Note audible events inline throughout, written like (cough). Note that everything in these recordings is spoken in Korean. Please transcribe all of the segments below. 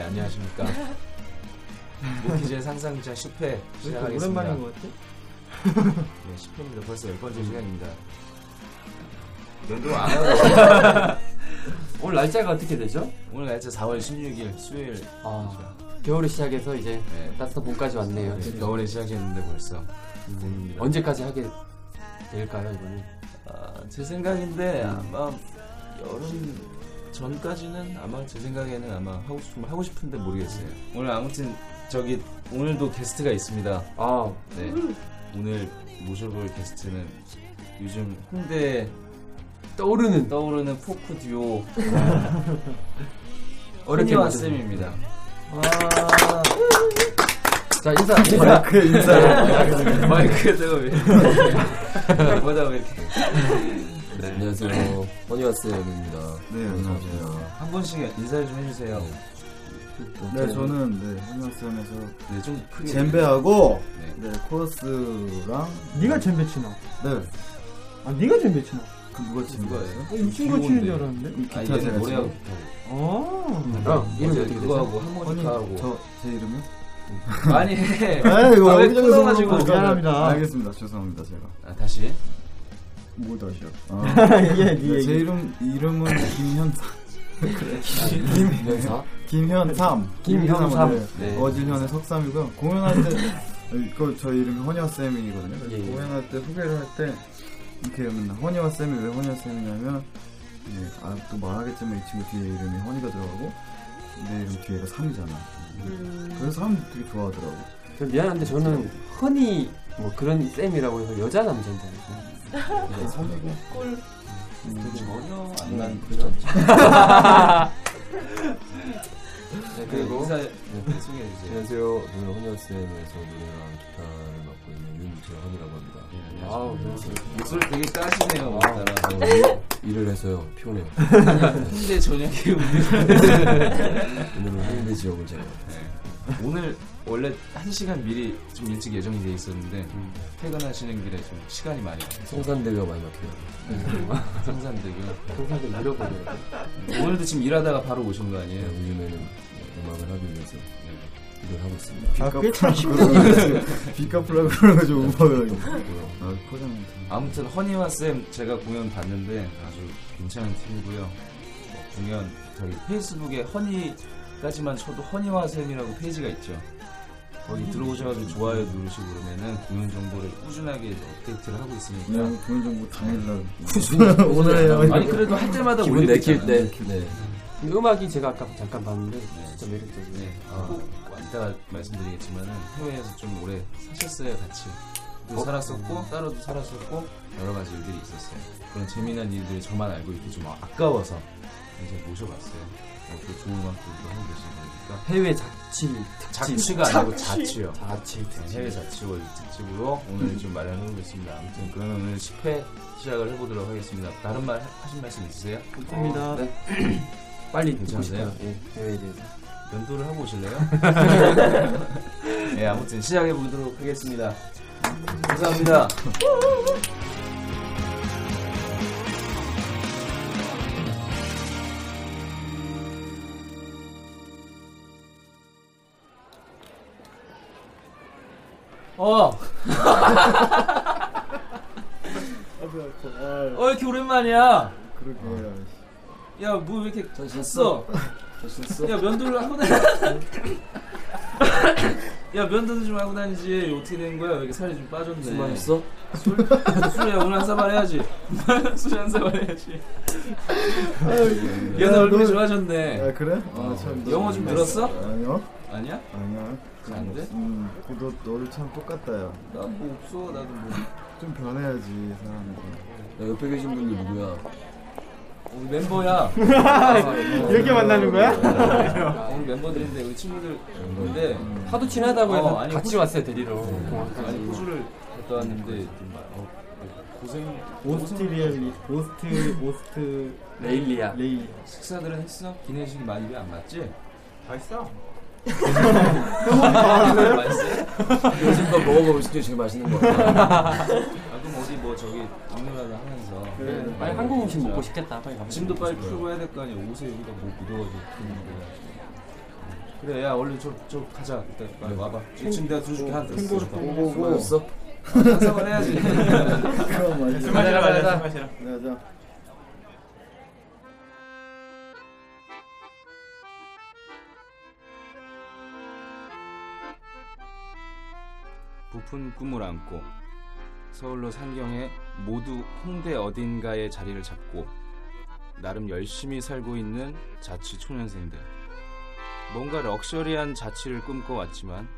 (laughs) 안녕하십니까. 몽키즈의 상상극장 10회 시작하겠습니다. 네, 오랜만인 것 같아? 네, 10회입니다. 벌써 10번째 시간입니다. 연동 안 하고 (laughs) 오늘 날짜가 어떻게 되죠? 오늘 날짜 4월 16일 수요일. 아, 겨울이 시작해서 이제 네. 따뜻한 봄까지 왔네요. 네, 겨울에 시작했는데 벌써. 음, 언제까지 하게 될까요, 이거는? 아, 제 생각인데 아마 여름 전까지는 아마 제 생각에는 아마 하고 싶은 하고 싶은데 모르겠어요. 오늘 아무튼 저기 오늘도 게스트가 있습니다. 아, 네. 오늘 모셔볼 게스트는 요즘 홍대 떠오르는 떠오르는 포크 듀오 (laughs) 어렵게 허니와 만드는- 쌤입니다. (laughs) 자, 인사, 인사. 인사 마이크에 제가 왜 뭐다 왜 이렇게 네, 안녕하세요. 허니와 쌤입니다. 네, 안녕하세요. 한 번씩 인사를 좀 해주세요. 네, 저는 네, 한양수연에서 네, 좀 크게 젬베하고 네. 네, 코러스랑 네가 잼배 치나? 네, 아, 네가 잼배 치나? 그 누가 지금 누가예요? 이 친구가 치는 줄 알았는데. 이 아, 기타 얘는 제가 노래하고 지금 기타고. 아, 어, 이름이 이제 어떻게 그거 되죠? 하고 하모니카하고 저제 이름이요? 아니 에이, 아, 왜 어디서 끊어가지고. 그런 거야? 미안합니다. 알겠습니다. 죄송합니다, 제가. 아, 다시 뭐 다시요? 아, 예, 네, 제 이름 이름은 김현삼. 그래. 김현사? 김현삼. 김현삼. 네. 어질현의 석삼이고요. 공연할 (laughs) 때 그 저 이름이 허니와 쌤이거든요. 그래서 예, 예. 공연할 때 소개를 할 때 이렇게 맨날 허니와 쌤이 왜 허니와 쌤이냐면 예, 아, 또 말하겠지만 이 친구 뒤에 이름이 허니가 들어가고 내 이름 뒤에가 삼이잖아. 그래서 삼 되게 좋아하더라고. 저 미안한데 저는 허니 뭐 그런 쌤이라고 해서 여자 남자인데. 그래서 삼이고 전혀 안 음, 난 그렇죠. 네, 그리고- 그리고 인사 네, 소개해 주세요. 안녕하세요. 저는 허니어스에서 노래랑 기타를 맡고 있는 윤재헌이라고 합니다. 네, 아우, 그러세요. 목소리 되게 까시네요. 아. 오늘따라. 일을 해서요. 피곤해요. 홍대 저녁에 우리 오늘은 홍대 지역을 제가 네. 오늘 원래 1시간 미리 좀 일찍 예정이 돼 있었는데 퇴근하시는 길에 좀 시간이 많이 성산대교가 많이 막혀요. 생산되고 항상 밀어버려요. 오늘도 지금 일하다가 바로 오신 거 네, 아니에요? 요즘에는 음악을 하기 위해서 네, 일을 하고 있습니다. 아, 비카프라고 그러가지고 우버가 그리고 아, 포장. 아무튼 허니와 쌤 제가 공연 봤는데 아주 괜찮은 팀이고요. 어, 공연 저희 페이스북에 허니까지만 쳐도 허니와 쌤이라고 페이지가 있죠. 거기 들어오셔가지고 좋아요 누르시고 그러면은 공연 정보를 꾸준하게 이제 업데이트를 하고 있으니까 음, 그냥 돈 정보 당일날. 오늘의 아니 그래도 할 때마다 기분 내킬 때. 올리잖아요. 네. 근데 음악이 제가 아까 잠깐 봤는데 진짜 매력적이에요. 네, 꼭 이따가 말씀드리겠지만은 해외에서 좀 오래 사셨어요 같이 또 살았었고 따로도 살았었고 여러 가지 일들이 있었어요 그런 재미난 일들이 저만 알고 있고 좀 아까워서 이제 모셔봤어요 어, 또 좋은 음악들도 하고 계신 거니까 해외 자취 특집. 자취가 아니고 자취요 자취 네, 특집. 해외 자취월 특집으로 오늘 좀 마련해보고 있습니다 아무튼 그러면 오늘 10회 시작을 해보도록 하겠습니다 다른 말 하- 하신 말씀 있으세요? 좋습니다. 빨리 듣고 괜찮으세요? 싶어요. 어, 네. 예, 해외에 대해서. 면도를 하고 (laughs) 오실래요? 네, 아무튼 시작해 보도록 하겠습니다. 감사합니다. 어. (laughs) 어, 이렇게 오랜만이야. (laughs) 그렇게. 야, 뭐 왜 이렇게 잤어? 야, 면도를 한 번에. 야 면도도 좀 하고 다니지 어떻게 된 거야? 왜 이렇게 살이 좀 빠졌네 무슨 말 했어? 술? 술이야 오늘 한 사발 해야지 (laughs) 술 한 사발 해야지 얘는 야, 얼굴이 너- 좋아졌네 아 그래? 아, 참, 영어 좀 들었어? 아니요. 아니야? 아니야. 안 돼? 음, 너 너를 참 똑같다 야. 나 뭐 없어 나도 뭐 좀 변해야지 사람이. 야, 네, 옆에 계신 분이 누구야? 어, 우리 멤버야 이렇게 만나는 거야? 아, 우리 멤버들인데 우리 친구들인데 하도 친하다고 해서 어, 아니, 같이 혹시- 왔어요 데리러 공항까지. 아니 호주를 갔다 왔는데 좀 어, 고생 오스트리아 오스트 오스트 레일리야 레이 식사들은 했어? 기내식 많이 왜안 맞지? (laughs) 맛있어 맛있어? 요즘껏 먹어보고 싶은 게 제일 맛있는 거 같아. 아 그럼 어디 뭐 저기 동료라도 하면서 네, 빨리 한국 음식 먹고 싶겠다 빨리 가보자 네. 짐도 빨리 풀고 해야 될 거 아니야. 옷에 여기가 뭐 묻어가지고 그런 거야. 그래, 야 얼른 저, 저 가자. 일단 빨리 와봐. 지- 지금 네. 내가 들어줄게 한 대. 핑고 보고 없어? 한상을 해야지. 그럼 맞아. 가자, 가자. 맞아. 부푼 꿈을 안고 서울로 상경해 모두 홍대 어딘가에 자리를 잡고 나름 열심히 살고 있는 자취 초년생들 뭔가 럭셔리한 자취를 꿈꿔왔지만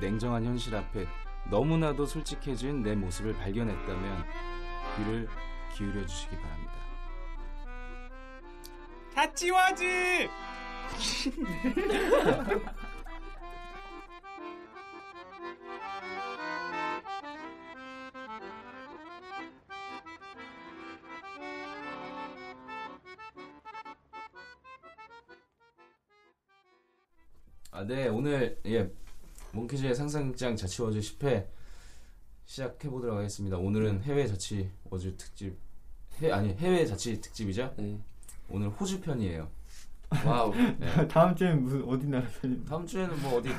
냉정한 현실 앞에 너무나도 솔직해진 내 모습을 발견했다면 귀를 기울여 주시기 바랍니다. 아, 네, 오늘 예 몽키즈의 상상극장 자취 워즈 10회 시작해 보도록 하겠습니다. 오늘은 해외 자취 워즈 특집 해 아니 해외 자취 특집이죠. 네. 오늘 호주 편이에요. 와우 (laughs) 다음 주엔 무슨 어디 나라 편이 다음 주에는 뭐 어디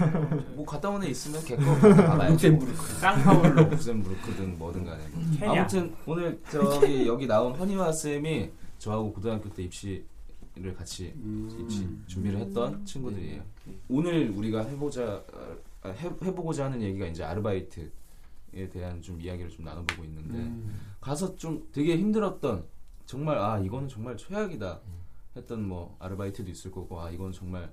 뭐 갔다 온 애 있으면 개껌 가봐야지. 루셈부르크, 쌍파울로, 루셈부르크든 뭐든간에. 아무튼 오늘 저기 여기 나온 허니와 쌤이 저하고 고등학교 때 입시를 같이 음. 입시 음. 준비를 네. 했던 친구들이에요. 오늘 우리가 해보자 아, 해, 해보고자 하는 얘기가 이제 아르바이트에 대한 좀 이야기를 좀 나눠보고 있는데 음. 가서 좀 되게 힘들었던 정말 아 이거는 정말 최악이다 음. 했던 뭐 아르바이트도 있을 거고 아 이건 정말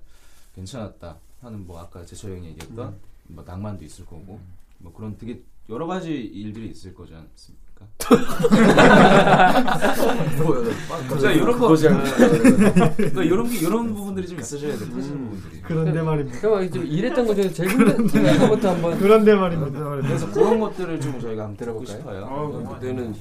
괜찮았다 하는 뭐 아까 제철 형이 얘기했던 음. 뭐 낭만도 있을 거고 뭐 그런 되게 여러 가지 일들이 있을 거지 않습니까? (laughs) (laughs) 뭐야, 자 이런 거, 그거지 (laughs) 그 이런 게 이런 부분들이 좀 있으셔야 음. 돼 터지는 부분들이. 그런데 말입니다. 그럼 좀 일했던 것 중에 제일 힘든 힘든 것부터 한번 그런데 말입니다. 그래서 그런 것들을 좀 저희가 한번 들어보고 들어볼까요? 싶어요. 아, 나 그때는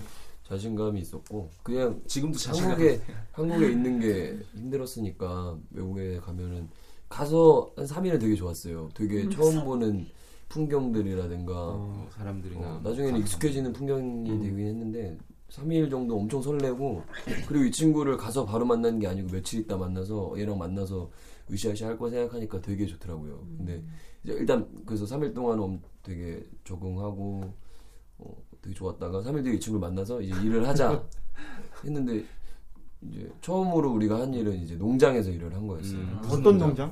자신감이 있었고 그냥 지금도 자신감. 한국에 한국에 있는 게 힘들었으니까 외국에 가면은 가서 한 3일은 되게 좋았어요. 되게 처음 보는 풍경들이라든가 뭐 사람들이나 어, 뭐 나중에는 사람. 익숙해지는 풍경이 되긴 했는데 3일 정도 엄청 설레고 그리고 이 친구를 가서 바로 만난 게 아니고 며칠 있다 만나서 얘랑 만나서 으쌰으쌰 할 거 생각하니까 되게 좋더라고요. 근데 이제 일단 그래서 3일 동안 엄- 되게 적응하고 어, 되게 좋았다가 3일 뒤에 이 친구를 만나서 이제 일을 하자 했는데 이제 처음으로 우리가 한 일은 이제 농장에서 일을 한 거였어요. 음. 어떤 농장?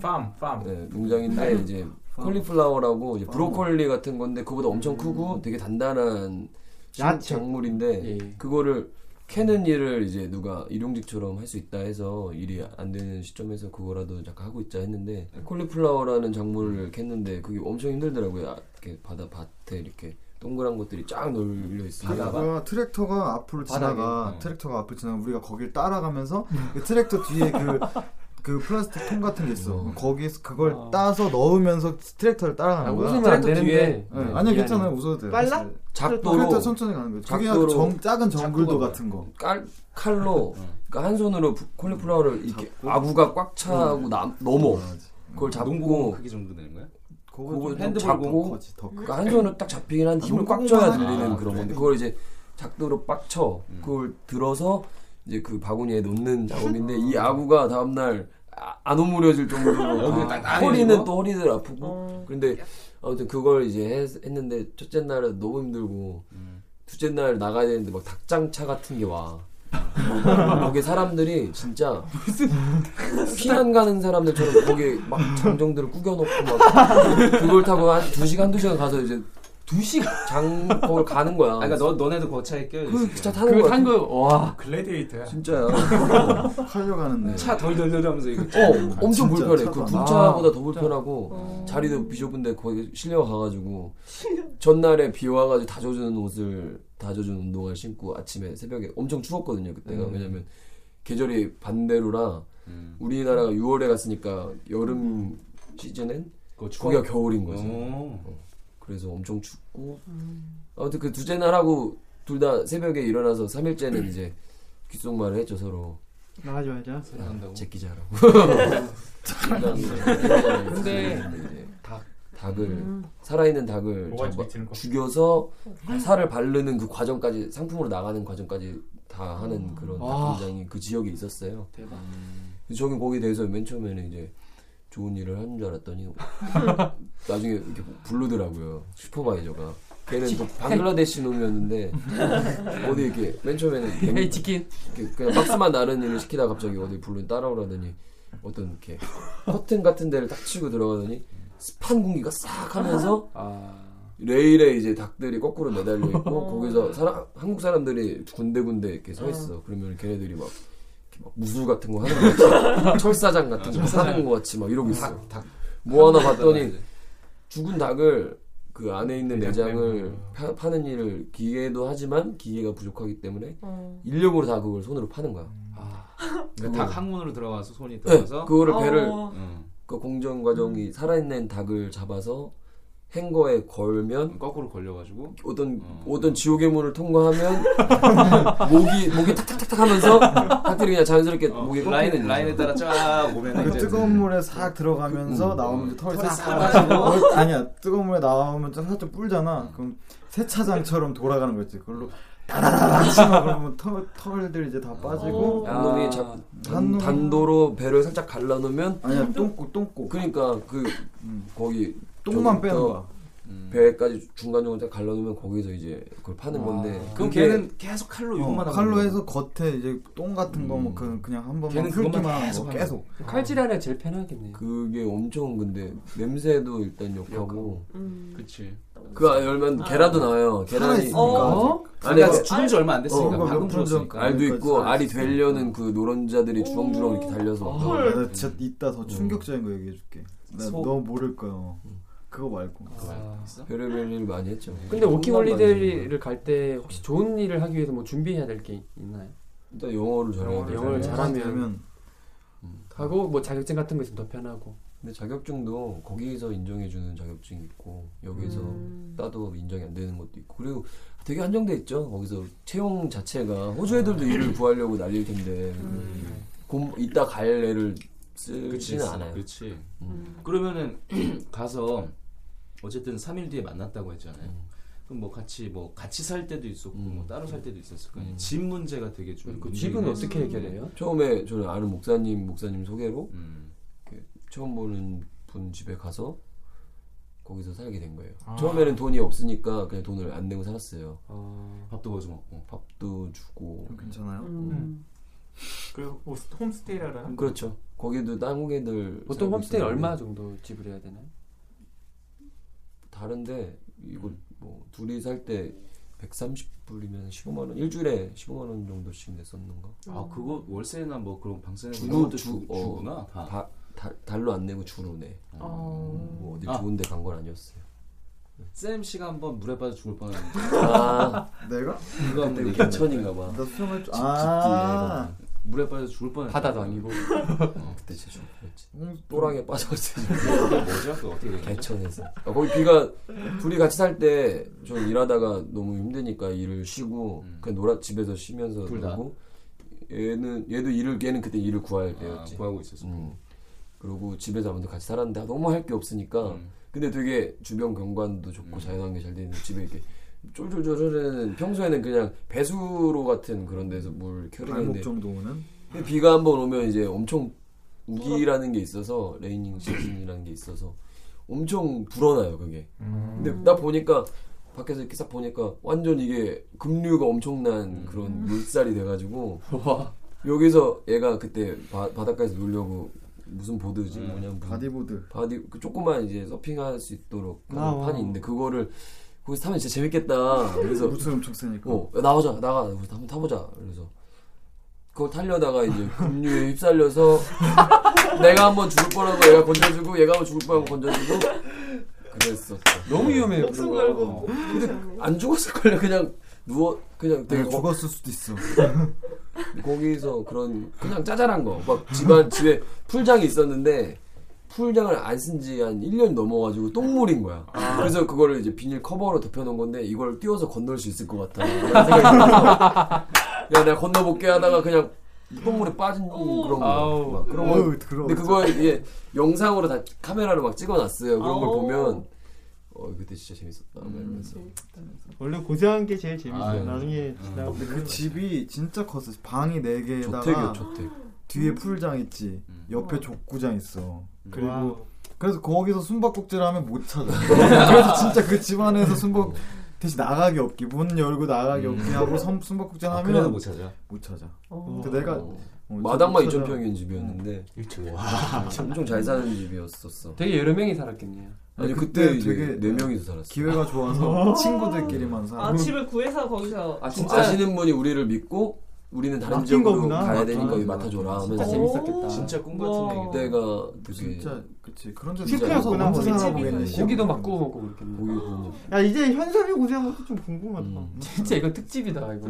네, 농장인데 이제 콜리플라워라고 이제 브로콜리 같은 건데 그보다 엄청 크고 되게 단단한 식- 야채. 작물인데 예. 그거를 캐는 일을 이제 누가 일용직처럼 할 수 있다 해서 일이 안 되는 시점에서 그거라도 잠깐 하고 있자 했는데 콜리플라워라는 작물을 캤는데 그게 엄청 힘들더라고요. 아, 이렇게 바다 밭에 이렇게 동그란 것들이 쫙 널려 있어요. 그러니까 트랙터가 앞으로 바닥에. 어. 지나가 응. 트랙터가 앞으로 지나가 우리가 거길 따라가면서 그 트랙터 뒤에 그 그 플라스틱 통 같은 게 있어. 음. 거기에서 그걸 아. 따서 넣으면서 트랙터를 아, 따라가는 거야. 웃으면 안 트랙터 되는데 네, 아니야 괜찮아요 웃어도 돼요. 빨라? 트랙터 작도로 천천히 가는 거야. 그게 각도로- 정, 작은 정글도 작도가 같은 거. 깔, 칼로 그러니까 한 손으로 부- 콜리플라워를 이렇게 아구가 꽉 차고 남, 넘어 음. 그걸 농구공 잡고 크기 정도 되는 거야? 그걸 핸드볼 공. 잡고 거지 더 크. 그러니까 한 손으로 딱 잡히긴 한데 아, 힘을 꽉 농구공만 줘야 하나? 들리는 아, 그런 그래. 건데 그걸 이제 작도로 빡쳐 그걸 들어서 이제 그 바구니에 놓는 작업인데 이 아구가 다음날 아- 안 오므려질 정도로 여기 아, 딱 나뉘는 허리는 거? 또 허리들 아프고 그런데 아무튼 그걸 이제 했, 는데 첫째 날은 너무 힘들고 둘째 날 나가야 되는데 막 닭장차 같은 게 와 거기 사람들이 진짜 피난 가는 사람들처럼 거기 막 장정들을 구겨놓고 막 그걸 타고 한 두 시간 두 시간 가서 이제 두 시간 장 거기 가는 거야. 그러니까 너 너네도 거차에 껴. 그 기차 타는 그거 거야. 그 탄 거, 와. 글래디에이터야. 진짜야. 살려가는데. 차 덜덜덜하면서 이거. 어, 엄청 아, 진짜 불편해. 차가 어. 안그 군차보다 더 불편하고 자리도 비좁은데 거기 실려 가가지고 전날에 비 와가지고 다 젖은 옷을 다 젖은 운동화를 신고 아침에 새벽에 엄청 추웠거든요 그때가 음. 왜냐면 계절이 반대로라 우리나라가 6월에 갔으니까 여름 시즌엔 그거 어. 거기가 겨울인 거지. 어. 오. 그래서 엄청 춥고 음. 아무튼 그 두째 날하고 둘 다 새벽에 일어나서 3일째는 이제 (clears throat) 귓속말을 했죠 서로 나가지 말자. 어. 사랑한다고. 제끼자라고. 근데 음. 닭 닭을 살아있는 닭을 그렇죠. 뭐가 잡아- 죽이는 거? 죽여서 어. 아, 살을 바르는 그 과정까지 상품으로 나가는 과정까지 다 어. 하는 그런 와. 굉장히 그 지역이 있었어요. 대박. 저기 거기 대해서 맨 처음에는 이제 좋은 일을 하는 줄 (laughs) 알았더니 나중에 이렇게 부르더라고요 슈퍼바이저가. 걔는 또 방글라데시 (laughs) 놈이었는데 어디 이렇게 맨 처음에는 헤이 백- 치킨. 이렇게 그냥 박스만 나른 일을 시키다 갑자기 어디 불러 따라오라더니 어떤 이렇게 커튼 같은 데를 딱 치고 들어가더니 습한 공기가 싹 하면서 아. 레일에 이제 닭들이 거꾸로 매달려 어. 있고 거기서 사람, 한국 사람들이 군데군데 이렇게 서 있어. 그러면 걔네들이 막, 이렇게 막 무술 같은 거 하는 거 같이 (laughs) 철사장 같은 거 하는 거 같이 막 이러고 있어. 닭. 뭐 하나 봤더니 죽은 닭을 그 안에 있는 네, 음. 내장을 파, 파는 일을 기계도 하지만 기계가 부족하기 때문에 어. 인력으로 다 그걸 손으로 파는 거야. 그러니까 닭 항문으로 들어가서 손이 네, 음. 들어가서. 음. 그거를 배를 응. 그 공정 음. 과정이 살아있는 닭을 잡아서 행거에 걸면 거꾸로 걸려가지고. 어떤 어. 어떤 지옥의 문을 통과하면 (laughs) 목이 목이 탁탁탁탁 하면서 닭들이 그냥 자연스럽게 어, 목이 꺾이는 라인 거죠. 라인에 따라 쫙 오면 그 이제 뜨거운 물에 싹 들어가면서 음. 나오면 이제 털이 털이 싹 싹 빠지고 아니야 뜨거운 물에 나오면 좀 살짝 불잖아 그럼 세차장처럼 돌아가는 거 있지 그걸로 다다다다 치면 그러면 털, 털들 이제 다 어. 빠지고 아. 한 음. 놈이 자- 한 아, 단, 놈이- 단도로 배를 살짝 갈라놓으면 아니야 똥꼬 똥꼬 그러니까 그 음. 거기 똥만 저기부터 빼는 거야 음. 배까지 중간 정도 딱 갈라놓으면 거기서 이제 그걸 파는 아. 건데 그럼 그게 걔는 계속 칼로 욕만 어, 하고. 음. 칼로 해서 겉에 이제 똥 같은 거 뭐 그, 그냥 한 번만 걔는 그것만 훑기만 하는 계속 거 하는 어, 계속 칼질하려 제일 편하겠네. 그게 엄청 근데 냄새도 일단 역하고 그치. 그 열면 아. 계란도 나와요 계란이 살아있으니까. 어? 안에 그러니까 죽은 지 얼마 안 됐으니까 어, 방금 몇 프로 죽었으니까. 전- 알도 있고 그러니까 알이 되려는 그 노른자들이 주렁주렁 이렇게 달려서 뭐 아, 막 나 진짜 이따 더 충격적인 거 얘기해줄게 나 소- 너 모를 거야 그거 말고 네. 별의별 일을 많이 했죠. 아. 뭐 근데 워킹 혼란 많이 했죠. 홀리데이를 갈 때 혹시 좋은 일을 하기 위해서 뭐 준비해야 될 게 있나요? 일단 영어를 잘해야 돼. 네. 영어를 잘- 잘하면- 되면 하고 뭐 자격증 같은 거 있으면 더 편하고. 근데 자격증도 거기에서 인정해주는 자격증이 있고 여기서 음. 따도 인정이 안 되는 것도 있고 그리고 되게 한정돼 있죠. 거기서 채용 자체가 호주 아. 애들도 일을 구하려고 날릴 텐데 음. 곰- 이따 갈 애를 그치. 쓰지는 않아요. 그치. 음. 그러면은 (clears throat) 가서 어쨌든 3일 뒤에 만났다고 했잖아요. 그럼 뭐 같이 뭐 같이 살 때도 있었고 음. 뭐 따로 살 때도 있었을 거 아니에요. 음. 집 문제가 되게 좀 그 문제인 집은 것 어떻게 같아요. 해결해요? 처음에 저는 아는 목사님 목사님 소개로 음. 처음 보는 분 집에 가서 거기서 살게 된 거예요. 아. 처음에는 돈이 없으니까 그냥 돈을 안 내고 살았어요. 어. 밥도 거저 먹고. 밥도 주고 좀 괜찮아요? 그래서 홈스테이를 알아요? 그렇죠. 거기도 한국애들 네, 보통 살고 홈스테이 있었는데 얼마 정도 지불해야 되나요? 다른데 이거 뭐 둘이 살 때 130불이면 15만 원 일주일에 15만 원 정도씩 냈었는가? 아 그거 월세나 뭐 그런 방세나 주로 이런 것도 주- 주, 어. 주구나 다. 다, 달- 달로 안 내고 주로 내. 어. 뭐 어디 아. 좋은데 간 건 아니었어요. 쌤 씨가 한번 물에 빠져 죽을 뻔했는데 아 내가? 그거 한번 얘기해. 인천인가봐. 나 수영할 줄... 아. 아 물에 빠져 죽을 뻔했. 바다도 (laughs) 아니고. 그때 진짜 좋았지. 홍- 음, 또랑에 빠졌어요. 그게 뭐죠? 그 어떻게 얘기해? 개천에서. 아, 거기 비가 둘이 같이 살 때 전 일하다가 너무 힘드니까 일을 쉬고 음. 그냥 놀아 집에서 쉬면서 둘 다? 놀고 얘는 얘도 일을 얘는 그때 일을 구할 아, 때였지. 구하고 있었어. 음. 그리고 집에서 아무튼 같이 살았는데 아, 너무 할 게 없으니까 음. 근데 되게 주변 경관도 좋고 자연환경 잘 되는 집에 이렇게 쫄쫄쫄쫄는 평소에는 그냥 배수로 같은 그런 데서 물 발목 캐리했는데 정도 오는? 근데 비가 한 번 오면 이제 엄청 우기라는 게 있어서 음. 레이닝 시즌이라는 게 있어서 엄청 불어나요 그게 근데 나 보니까 밖에서 이렇게 싹 보니까 완전 이게 급류가 음. 엄청난 그런 (laughs) 물살이 돼가지고 여기서 얘가 그때 바, 바닷가에서 놀려고 무슨 보드지 뭐냐 무슨 음. 바디보드 바디 그 조그만 이제 서핑할 수 있도록 그런 아, 와. 판이 있는데 그거를 거기서 타면 진짜 재밌겠다. 그래서 무술 엄청 세니까 어 야, 나가자 나가 우리 한번 타보자. 그래서 그거 타려다가 이제 급류에 휩쓸려서 (laughs) 내가 한번 죽을 뻔하고 얘가 건져주고 얘가 한번 죽을 뻔하고 건져주고 그랬었어. 너무 위험해. 목숨 네, 그런 거. 걸고. 어. 안 죽었을 걸요 그냥 누워 그냥 되게 내가 어, 네, 죽었을 수도 있어 거기서 그런 그냥 짜잘한 거 막 집안 집에 풀장이 있었는데 풀장을 안 쓴 지 한 1년 넘어가지고 똥물인 거야. 아. 그래서 그거를 이제 비닐 커버로 덮여놓은 건데 이걸 띄워서 건널 수 있을 것 같아. 그런 생각이 들어서 야 내가 건너볼게 하다가 그냥 똥물에 빠진 그런 거. 아우. 막 그런 거. 어우 더러워 근데 그거 이게 영상으로 다 카메라로 막 찍어놨어요. 그런 걸 아오. 보면 어 그때 진짜 재밌었다. 막 이러면서 원래 고생한 게 제일 재밌어. 아, 예. 나중에 근데 그 지나가면 집이 진짜 컸어 방이 네개에다가 저택이요 저택. 뒤에 풀장 있지 음. 옆에 족구장 있어 그리고 어. 와우. 그래서 거기서 숨바꼭질 하면 못 찾아 (laughs) 그래서 진짜 그 집안에서 숨바 대신 나가기 없기 문 열고 나가기 음. 없기 하고 섬- 숨바꼭질 아, 하면 그래도 못, 못 찾아. 찾아 어. 근데 내가 어. 어, 마당만 못 찾아. 2,000평인 집이었는데 엄청 잘 사는 집이었었어. 되게 여러 명이 살았겠네요. 아니, 아니 그때, 그때 이제 되게 네 명이서 살았어. 기회가 좋아서 친구들끼리만 살아 아 집을 구해서 거기서 아 진짜 아시는 분이 우리를 믿고 우리는 다른 맡긴 지역으로 거구나. 가야 되니까 맞다. 여기 맡아줘라 진짜 하면서 재밌었겠다. 진짜 꿈 우와. 같은 얘기다. 그때가 되게 진짜 그치 그런 데 실패하고 살아서 뭐 나서 음. 언제 살아보겠니 재밌어요. 시험 고기도 막 보면서. 구워 먹고 그랬겠네. 보기 보면 야 이제 현삼이 고생한 것도 좀 궁금하다. 음. (laughs) 진짜 이건 특집이다 (laughs) 이거.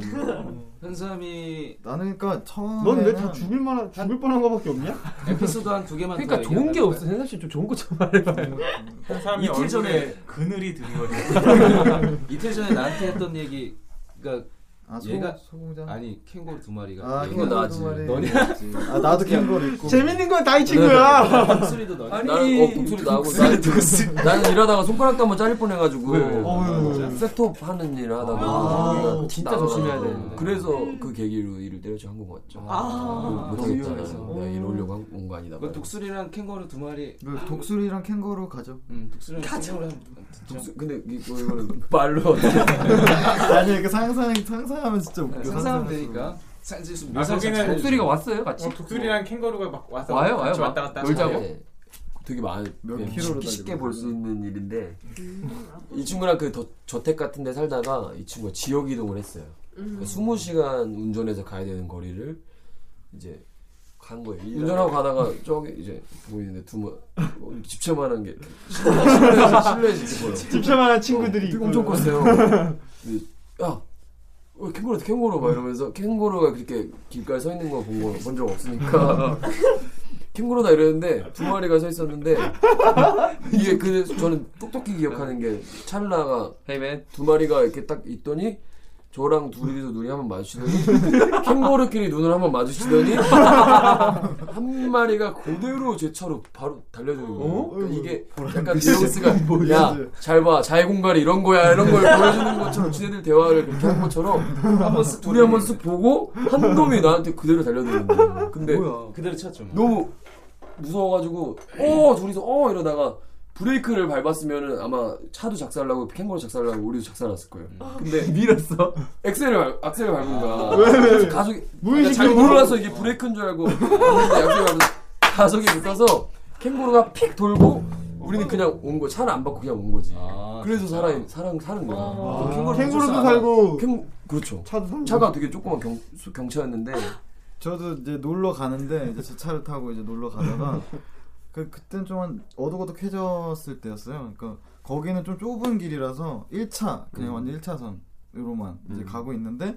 현삼이 나는 그러니까 처음에는 넌 왜 다 죽을 만한 죽을 뻔한 거밖에 없냐? 에피소드 한 두 개만 그러니까 더 좋은 게 얘기하면 없어. 현삼 씨좀 좋은 거 좀 말해봐요. 한 사람이 이틀 얼굴에 전에- 그늘이 드리거든. (laughs) 이틀 전에 나한테 했던 얘기 그러니까 아 소, 얘가- 소공장 아니 캥거루 두 마리가 아 아, 이거 그거 얘가 나지. 나지 너네 너네. 아 나도 캥거루 있고 재밌는 건 다 이 (laughs) 친구야. 목소리도 너네 아니, 그 나는 어 목소리 나고 나는 나는 일하다가 손가락도 한번 잘릴 뻔해가지고 어휴. 셋톱 하는 일 하다가 아, 나가지고 진짜 나가가지고 조심해야 되는데. 그래서 그 계기로 일을 때려쳐 한국 왔죠. 그 아. 못하겠잖아. 위험해서. 내가 일 오려고 온 거 아니다. 그 독수리랑 캥거루 두 마리 그 독수리랑 캥거루 가죠 (laughs) 음 독수리랑 캥거루 한 독수- 근데 이거 (laughs) 이거는 말로 아니 그 상상 상상하면 진짜 웃겨 네, 상상하면 되니까 사- 이제 좀 아, 거기는 묘사를 독수리가 왔어요 같이. 어, 독수리랑 캥거루가 막 와서 와요, 같이 와요, 왔다 갔다 놀자. 놀자고? 네. 되게 많은 몇 그냥 킬로로 쉽- 쉽게 달리고 볼 수 있는 일인데 이 친구랑 그 더- 저택 같은 데 살다가 이 친구가 지역 이동을 했어요. 그러니까 20시간 운전해서 가야 되는 거리를 이제 간 거예요. 운전하고 가다가 저기 이제 보이는데 두모 어, 집채만한 게 실내에서 실내에서 집어요. 집사만한 친구들이 되게 있고. 그 엄청 컸어요. 근데 야, 어, 캥거루 캥거루 막 이러면서 캥거루가 그렇게 길가에 서 있는 거 본 거 본 적 없으니까 캥거루다 이랬는데 두 마리가 서 있었는데 이게 그 저는 똑똑히 기억하는 게 찰나가 헤이맨. 두 마리가 이렇게 딱 있더니 저랑 둘이서 눈이 한번 마주치더니 (laughs) 캥거루끼리 눈을 한번 마주치더니 (laughs) 한 마리가 그대로 제 차로 바로 달려주는 거예요. 어? 그러니까 이게 약간 듯이 뉘앙스가 보여줘요. 야잘봐 자의 공갈이 이런 거야 이런 걸 보여주는 것처럼 지네들 대화를 그렇게 한 것처럼 한번 쓱 둘이 한번 쓱 보고 한 놈이 나한테 그대로 달려드는 거예요. 근데 그대로 쳤죠 음. 뭐. 너무 무서워가지고 어 둘이서 어 이러다가 브레이크를 밟았으면은 아마 차도 작살나고 캥거루 작살나고 우리도 작살났을 거예요. 아. (laughs) 근데 밀었어. 엑셀을 밟, 악셀을 밟은 거야. 그래서 가속이 그러니까 무의식적으로. 자기 몰라서 이게 브레이크인 줄 알고 밟았는데 악셀을 밟아서 가속이 붙어서 캥거루가 픽 돌고 우리는 그냥 온 거. 차를 안 받고 그냥 온 거지. 아, 그래서 진짜. 살아 사람 사는 거야. 그 아, 캥거루 캥거루도 어쩔 수 살고 캥 그렇죠. 차도 살고. 차가 되게 조그만 경 경차였는데 저도 이제 놀러 가는데 이제 제 차를 타고 이제 (laughs) 놀러 가다가 그 그땐 좀한 어둑어둑해졌을 때였어요. 그러니까 거기는 좀 좁은 길이라서 1차 그냥 음. 완전 1차선으로만 이제 음. 가고 있는데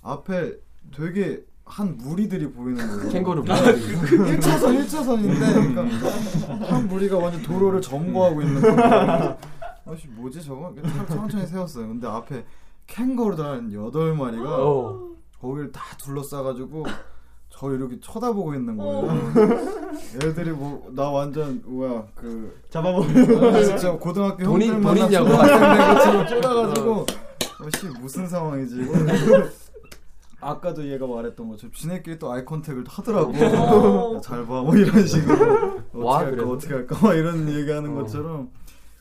앞에 되게 한 무리들이 보이는 거예요. 캥거루. 1차선 1차선인데 그러니까 한 무리가 완전 도로를 점거하고 있는 거예요. 아씨 뭐지 저거? 차- 천천히 세웠어요. 근데 앞에 캥거루라는 (laughs) 8마리가 어. 거기를 다 둘러싸가지고 저 이렇게 쳐다보고 있는 어. 거예요. 애들이 뭐 나 완전 뭐야 그 잡아먹는. 진짜 고등학교 돈이- 형들 돈이냐고. 만나고 쳐다가지고 어씨 무슨 상황이지 이거. 아까도 얘가 말했던 것처럼 지네끼리 또 아이컨택을 하더라고 잘봐뭐 이런 식으로 어. 와, 어떻게 할까 그래서? 어. 어떻게 할까 막 이런 얘기하는 것처럼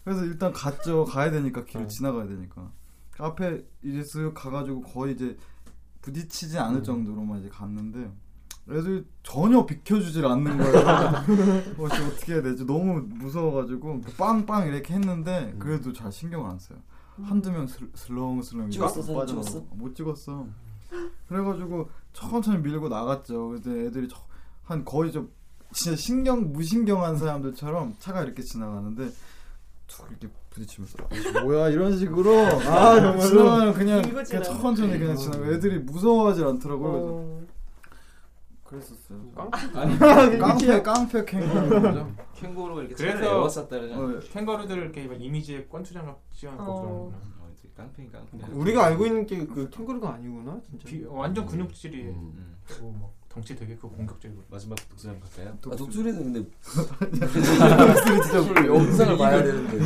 그래서 일단 갔죠. 가야 되니까 길을 지나가야 되니까 앞에 이제 쓱 가가지고 거의 이제 부딪히지 음. 않을 정도로만 이제 갔는데 애들 전혀 비켜주질 않는 거예요. (laughs) 어, 저 어떻게 해야 되지? 너무 무서워가지고 빵빵 이렇게 했는데 음. 그래도 잘 신경을 안 써요. 한두 명 슬- 슬렁슬렁 이렇게 찍었어, 사진 빠져나가고. 찍었어? 못 찍었어. 그래가지고 천천히 밀고 나갔죠. 근데 애들이 저- 한 거의 좀 진짜 신경 무신경한 사람들처럼 차가 이렇게 지나가는데 툭 이렇게 부딪히면서 아, 뭐야 이런 식으로 아, 정말로? 지나가면 그냥, 밀고 그냥 지나가. 천천히 그냥 지나가. 애들이 무서워하지 않더라고요. 어. 그래서 그랬었어요. 아니, 깡패 깡패 캥거루죠. 캥거루가 이렇게 그래서- 차를 에워쌌다는 어, 캥거루들 이렇게 막 이미지에 권투장갑 씌워놓고 어. 그러는구나. 깡패인 깡패. 우리가 알고 있는 게 그 캥거루가 아니구나 진짜. 뒤- 완전 근육질이 음. 그리고 막뭐 덩치 되게 크고 공격적이고 마지막 독서장 갈까요? 아, 독수리는 근데 독수리 진짜 (laughs) 영상을 봐야 되는데.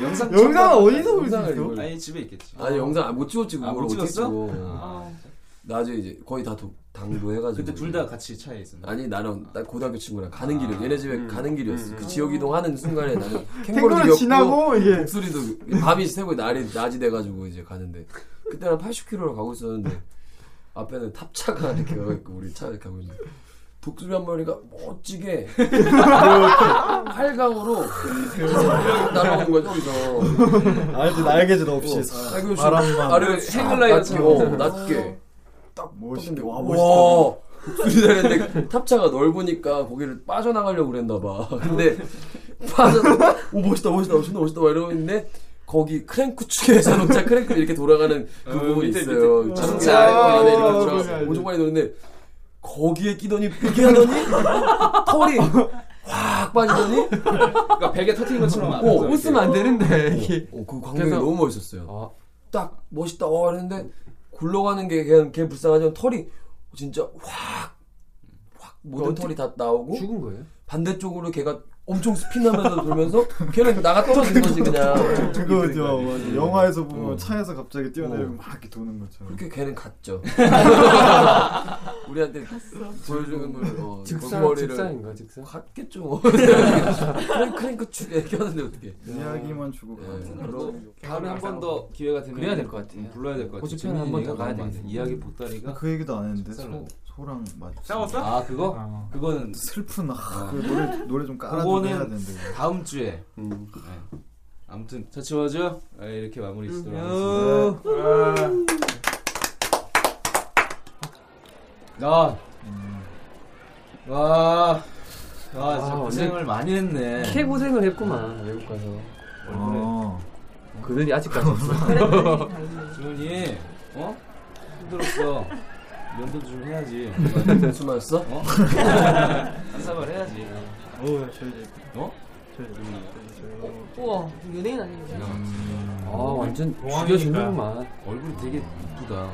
영상 영상은 어디서 볼 수 영상을 있어? 이걸- 아니 집에 있겠지. 아니 영상 못 찍었지 그걸 아, 못 어떻게 찍었어? 찍어. 아, 나중에 이제 거의 다 도, 당도해가지고. 그때 둘 다 같이 차에 있었나? 아니 나는 나 고등학교 친구랑 가는 길이 아. 얘네 집에 음. 가는 길이었어. 음. 그 지역 이동하는 순간에 나는 캥거루 캥거루도 지나고 지나고 이게 목소리도 밤이 새고 날이 낮이 돼가지고 이제 가는데 그때 한 80km로 가고 있었는데 앞에는 탑차가 이렇게 와 있고 우리 차 이렇게 가고 있는데 독수리 한 마리가 멋지게 이렇게 팔강으로 날아오는 거죠 여기서 알지 날개도 없이 아, 그 바람만 아래 아, 낮게. 행글라이트 낮게 멋있게 떴는데, 와 멋있다. 와 독수리 달렸는데 탑차가 넓으니까 거기를 빠져나가려고 그랬나 봐 근데 빠져 오 멋있다 멋있다 존나 멋있다 막 이러고 있는데 거기 크랭크 축에 자동차 크랭크 이렇게 돌아가는 그 어, 부분이 밑에, 있어요 밑에. 자동차 아, 안에 아, 이렇게 그거 들어가서 알지. 엄청 많이 노는데 거기에 끼더니 이렇게 하더니 털이 확 빠지더니 그러니까 베개 터트린 것처럼 안 오, 하죠, 웃으면 이렇게. 안 되는데. 이게. 어, 그 광경이 그래서- 너무 멋있었어요. 아. 딱 멋있다 와 했는데 굴러가는 게 그냥 걔 불쌍하지만 털이 진짜 확, 확 모든 어떻게- 털이 다 나오고 죽은 거예요? 반대쪽으로 걔가 엄청 스피나면서 돌면서 걔는 나가 떨어진 거지 그냥 그거죠. 맞아. 영화에서 보면 어. 차에서 갑자기 뛰어내리고 막 이렇게 도는 것처럼. 그렇게 걔는 갔죠. (laughs) 우리한테 보여주는 걸 어, 즉사 머리를 즉사인가 즉사? 갔겠죠. 뭐. (laughs) 그냥 크랭크 축에 꼈는데 어떻게? 그 이야기만 주고 예. 가는 거죠. 다음에 한 번 더 기회가 되면 그래야 될것 같아요. 음, 불러야 될 것 같아요. 고추편에 한번더 재민이가 가야 너무 많이 되겠어요. 이야기 (laughs) 보따리가 그 얘기도 안 했는데 속살로. 소, 소랑 맞. 싸웠어? 아 그거 어. 그거는 슬픈 아, 그 노래 노래 좀 깔아주고 그거는- 해야 되는데. 그거. 다음 주에 음. 네. 아무튼 터치워즈 네, 이렇게 마무리 짓도록 하겠습니다. 어. 아. 아, 와, 아, 진짜 아, 고생을 많이 했네. 개 고생을 했구만 외국 가서 얼굴에 아. 그들이 (laughs) 아직까지 없어. 그래도 다행이네. 준이, 어? 힘들었어. 면도 좀 해야지. 수고하셨어? 어? 한사발 예. 해야지. 오, 저희 어? 우와 연예인 아니에요? 기가 막히네. 아 완전 공항이니까. 죽여주는구만. 얼굴이 되게 이쁘다.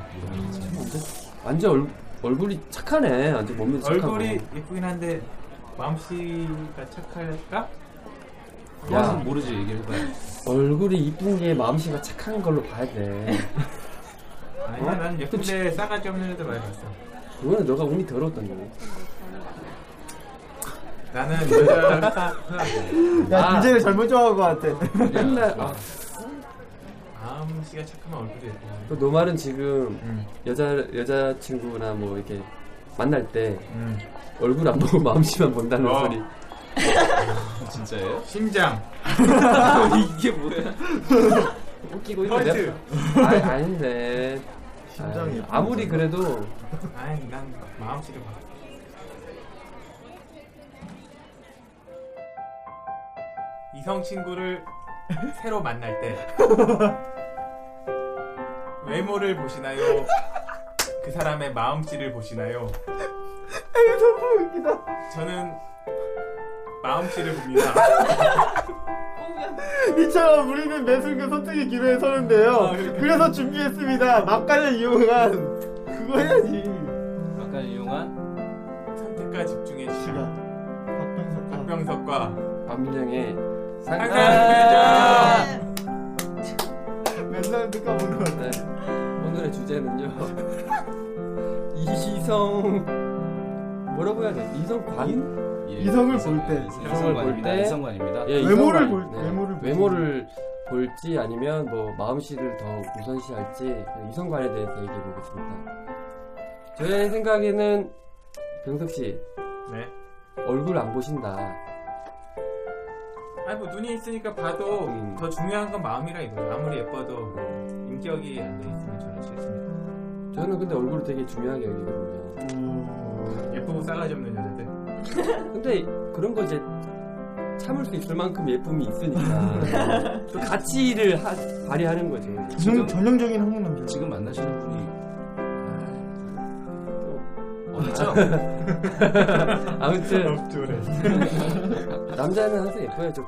완전 얼, 얼굴이 착하네. 완전 몸매도 착하고. 얼굴이 예쁘긴 한데 마음씨가 착할까? 그거는 모르지, 얘기를 (laughs) 해봐야 얼굴이 이쁜 게 마음씨가 착한 걸로 봐야 돼. 아니야 난 예쁜데 싸가지 없는 애들 많이 봤어 그거는 너가 운이 더러웠던 거고. 나는 여자 (laughs) 야 아. DJ를 잘못 정한 것 같아. 맨날 아, 마음씨가 착하면 얼굴이 예쁘고 너 말은 지금 음. 여자 여자 친구나 뭐 이렇게 만날 때 음. 얼굴 안 보고 (laughs) 마음씨만 본다는 어. 소리. 진짜예요? 심장 이게 뭐야? 웃기고 펄트 아, 아닌데. 심장이 아, 아무리 그래도 아니 난 마음씨를 봐 이성 친구를 새로 만날 때 (laughs) 외모를 보시나요? 그 사람의 마음씨를 보시나요? 에이 너무 웃기다 저는 마음씨를 봅니다 이처럼 우리는 매 순간 선택의 기로에 서는데요. 아, 그러니까. 그래서 준비했습니다. 막간을 이용한 그거 해야지. 약간 이용한 선택과 집중의 시간 시간. 박병석. 박병석과 박민정의 항상 상상. 맨날 누가 보는 거. 네. (laughs) 오늘의 주제는요. 이성 뭐라고 해야 돼? 이성관? 이성을 볼 때. 이성을 볼 때. 예. 이성관입니다. 예, 외모를 이성관. 볼- 외모를 볼- 외모를 볼지 아니면 뭐 마음씨를 더 우선시할지 그 이성관에 대해서 얘기해 보겠습니다. 저의 생각에는 병석 씨 네. 얼굴 안 보신다. 아니 뭐 눈이 있으니까 봐도 음. 더 중요한 건 마음이라 이거예요. 아무리 예뻐도 뭐 인격이 안 돼 있으면 저는 싫습니다. 저는 근데 얼굴을 되게 중요하게 여기거든요. 어. 예쁘고 싸가지 없는 여자들. 근데 그런 거 이제 참을 수 있을 만큼 예쁨이 (laughs) 있으니까 또 가치를 하- 발휘하는 거죠. 전형- 전형적인 한국 남자. 지금 만나시는 분이 없죠? 아무튼 남자는 항상 예뻐요. 저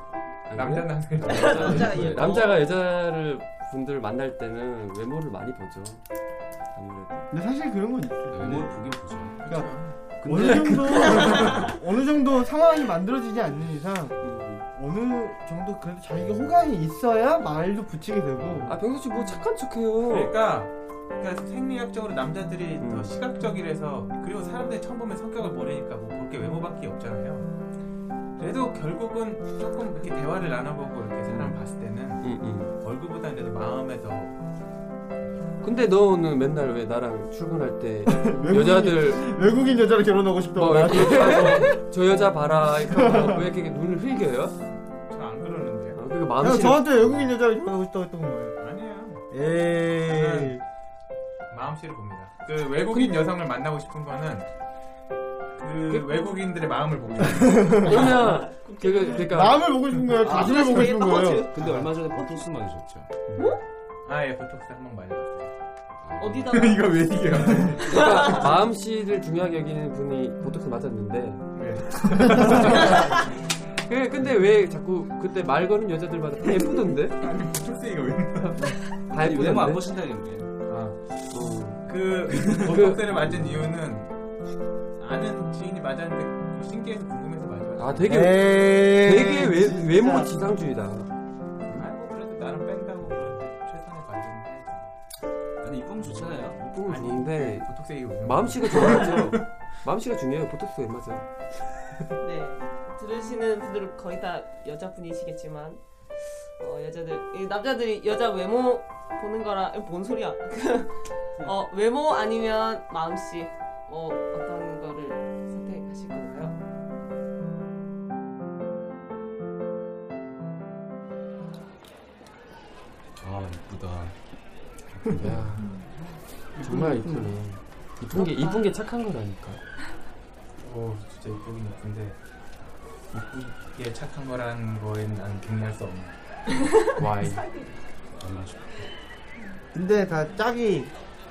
남자는 항상 예뻐요. 네, 남자가 예뻐. 남자가 여자를 분들 만날 때는 외모를 많이 보죠. 아무래도 근데 사실 그런 건 있죠. 외모를 보긴 보죠. 그러니까 그쵸. 어느 근데 정도 그- 어느 정도 상황이 만들어지지 않는 이상 음, 어느 정도 그래도 자기가 호감이 있어야 말도 붙이게 되고. 아 병수 씨뭐 착한 척해요. 그러니까, 그러니까 생리학적으로 남자들이 음. 더 시각적이라서 그리고 사람들이 처음 보면 성격을 모르니까 뭐 볼 게 외모밖에 없잖아요. 그래도 결국은 조금 이렇게 대화를 나눠보고 이렇게 사람 봤을 때는 음. 음, 얼굴보다는 그래도 마음에 더 근데 너는 맨날 왜 나랑 출근할 때 (laughs) 외국인- 여자들 외국인 여자를 결혼하고 싶다고. 뭐 이렇게 나한테. 가서 저 여자 봐라 이렇게 하고 왜 이렇게 눈을 흘겨요? 저 안 그러는데요. 아, 그게 야, 마음씨 저한테 외국인 여자를 결혼하고 싶다고 했던 거예요. 아니에요. 에이. 마음씨를 봅니다. 그 외국인 여성을 만나고 싶은 거는 그 외국인들의 마음을 보고 싶어요. 그러면 그 그러니까 마음을 보고 싶은 거예요. 자신을 보고 싶은 거예요. 근데 얼마 전에 보톡스 맞으셨죠? 아, 예, 보톡스 한 번 맞아봤어요. 어디다가 (laughs) 이거 왜 이게요? 그러니까 마음씨를 중요하게 여기는 분이 보톡스 맞았는데. 네. 그 근데 왜 자꾸 그때 말 거는 여자들마다 다 예쁘던데? 보톡스가 왜 있나? 다 예쁘던데. 어. 외모 안 보신다는데. 그 보톡스를 맞은 이유는 아는 지인이 맞았는데 그 신기해서 궁금해서 맞아봤어요. 아 되게 되게 외, 외모 지상주의다. 아뭐 그래도 나는 뺀다고 그러는데 최선을 다하는 아니 이쁨 좋잖아요. 이쁘면 좋은데 보톡스 이거 왜? 마음씨가 중요하죠. 마음씨가 중요해요. 보톡스 왜 맞아? 네 들으시는 분들은 거의 다 여자분이시겠지만 어, 여자들 이 남자들이 여자 외모 보는 거라 이거 뭔 소리야? (laughs) 어 외모 아니면 마음씨 어 어떤 거를 선택하실 건가요? 아 이쁘다. 야 정말 이쁘네. 이쁜 게 이쁜 게 착한 거라니까. 오 어, 진짜 이쁘긴 이쁜데 이쁘게 착한 거란 거엔 난 동의할 수 없네. 와이. 근데 다 짝이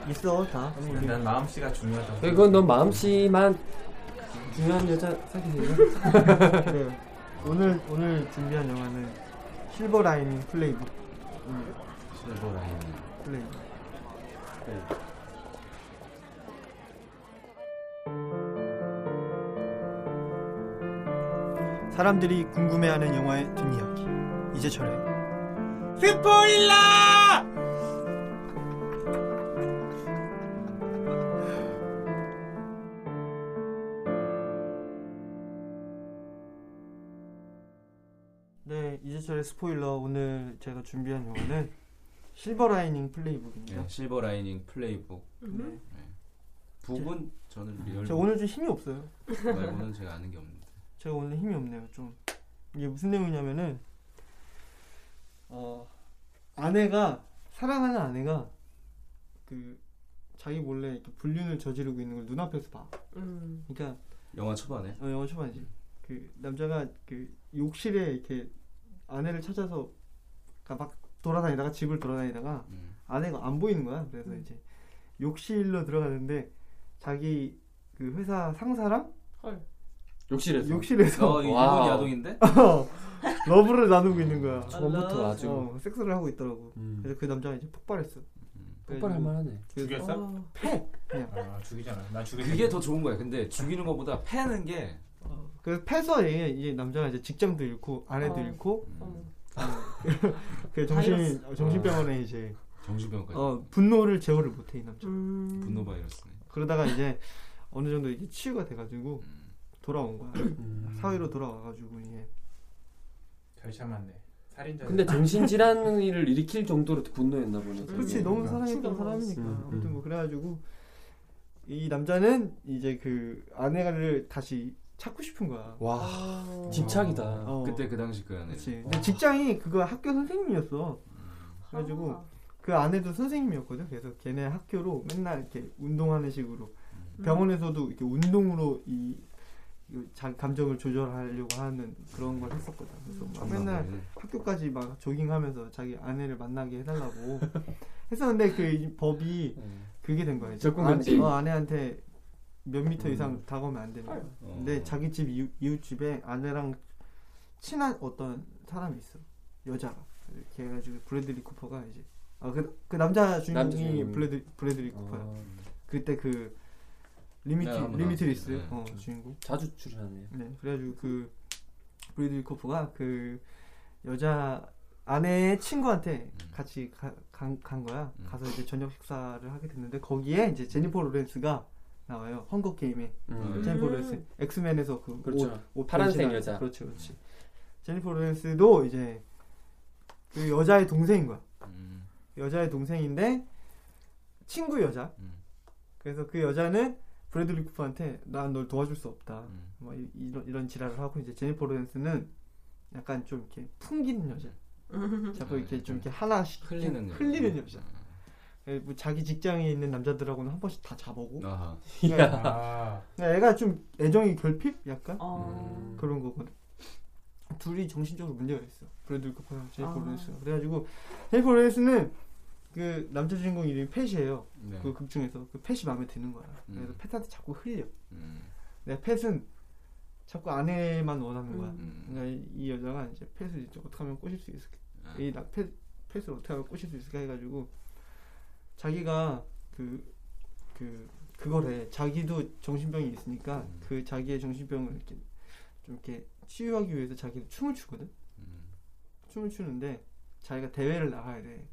있어 아, 다. 사실 난 마음씨가 중요하다고. 그건 넌 마음씨만 중요한 여자 사귀세요. 그래요. 오늘 오늘 준비한 영화는 실버 라이닝 플레이북. 음, 실버 라인. 플레이. 사람들이 궁금해하는 영화의 뒷이야기 이제철의 스포일러! 네 이제철의 스포일러 오늘 제가 준비한 영화는 실버 라이닝 플레이북입니다. 네, 실버 라이닝 플레이북. 음흠. 네. 북은 저는 리얼. 제가 오늘 좀 힘이 없어요. 말고는 제가 아는 게 없는데. 제가 오늘 힘이 없네요. 좀 이게 무슨 내용이냐면은 어 아내가 사랑하는 아내가 그 자기 몰래 이렇게 불륜을 저지르고 있는 걸 눈앞에서 봐. 음 그러니까 영화 (laughs) 초반에. 어, 영화 초반이지. 그 남자가 그 욕실에 이렇게 아내를 찾아서 그러니까 막 돌아다니다가 집을 돌아다니다가 음. 아내가 안 보이는 거야. 그래서 이제 욕실로 들어가는데 자기 그 회사 상사랑 헐. 욕실에서. 욕실에서 어, 이 와우. 일본 야동인데? 어, (laughs) 러브를 나누고 있는 거야. 처음부터 아주 음. 어, 섹스를 하고 있더라고. 그래서 그 남자가 이제 폭발했어. 폭발할 만하네. 죽였어? 패. 그냥. 아 죽이잖아. 나 죽였어. 그게 더 좋은 거야. 근데 죽이는 것보다 패는 게 그래서 패서 얘- 이제 남자가 이제 직장도 잃고 아내도 어. 잃고 어머. 그 정신 바이러스. 어, 정신병원에 이제 정신병원까지. 어. 어, 분노를 제어를 못해 이 남자. 음. 분노 바이러스네. 그러다가 이제 어느 정도 이게 치유가 돼가지고 돌아온 거야. 사회로 돌아와가지고 이게 잘 참았네. 살인자. 근데 정신질환을 일으킬 정도로 분노했나 아, 보네. 음. 그렇지 그러니까. 너무 사랑했던 사람이니까 아무튼 뭐 그래가지고 이 남자는 이제 그 아내를 다시 찾고 싶은 거야. 아. 와, 아. 집착이다. 그때 그 당시 그 아내. 어. 그렇지. 근데 직장이 그거 학교 선생님이었어. 그래가지고 그 아내도 선생님이었거든. 그래서 걔네 학교로 맨날 이렇게 운동하는 식으로 병원에서도 이렇게 운동으로 이, 이 자- 감정을 조절하려고 하는 그런 걸 했었거든. 그래서 막 맨날 전문가네. 학교까지 막 조깅하면서 자기 아내를 만나게 해달라고 했었는데 그이 법이 그게 된 거예요. 접근금지. 아, 어, 아내한테 몇 미터 이상 다가오면 안 되는 거야. 어. 근데 네, 자기 집 이웃, 집에 아내랑 친한 어떤 사람이 있어. 여자가. 이렇게 해가지고 그 브래들리 쿠퍼가 이제 아, 그, 그 남자 주인공이 남자 주인공이. 아, 브래들, 브래들리 쿠퍼야. 그때 그 리미트 네, 한번 리미트리스 나왔지. 어, 주인공. 자주 출연하네요. 네, 그래가지고 그 브래들리 쿠퍼가 그 여자 아내의 친구한테 같이 가- 간, 간 거야. 가서 이제 저녁 식사를 하게 됐는데 거기에 이제 제니퍼 로렌스가 나와요. 헝거 게임에 음. 제니퍼 음. 로렌스 엑스맨에서 그 그렇죠. 옷, 옷 파란색 변신한- 여자. 그렇지, 그렇지. 제니퍼 로렌스도 이제 그 여자의 동생인 거야. 음, 여자의 동생인데 친구 여자. 음. 그래서 그 여자는 브래들리 쿠퍼한테 난 널 도와줄 수 없다. 뭐 이- 이런 이런 지랄을 하고 이제 제니퍼 로렌스는 약간 좀 이렇게 풍기는 여자. 아, 자꾸 이렇게 네. 좀 이렇게 하나씩 음. 아, 흘리는 네. 여자. 흘리는 여자. 예, 뭐 자기 직장에 있는 남자들하고는 한 번씩 다 (laughs) 자보고. 네. 아하. 그러니까 애가 좀 애정이 결핍 약간 그런 거거든. 둘이 정신적으로 문제가 있어. 브래들 쿠퍼랑 제이크 아. 로렌스. 그래가지고 제이크 로렌스는 그 남자 주인공 이름이 팻이에요. 네. 음, 그 극 중에서 그 팻이 마음에 드는 거야. 그래서 음. 팻한테 자꾸 흘려. 음, 근데 팻은 자꾸 아내만 원하는 거야. 음, 그러니까 이 여자가 이제 팻을 이제 어떻게 하면 꼬실 수 있을까? 이 나- 팻, 팻을 어떻게 하면 꼬실 수 있을까 해가지고 자기가 그, 그, 그거래. 자기도 정신병이 있으니까 그 자기의 정신병을 이렇게 좀 이렇게 치유하기 위해서 자기는 춤을 추거든? 음. 춤을 추는데 자기가 대회를 나가야 돼.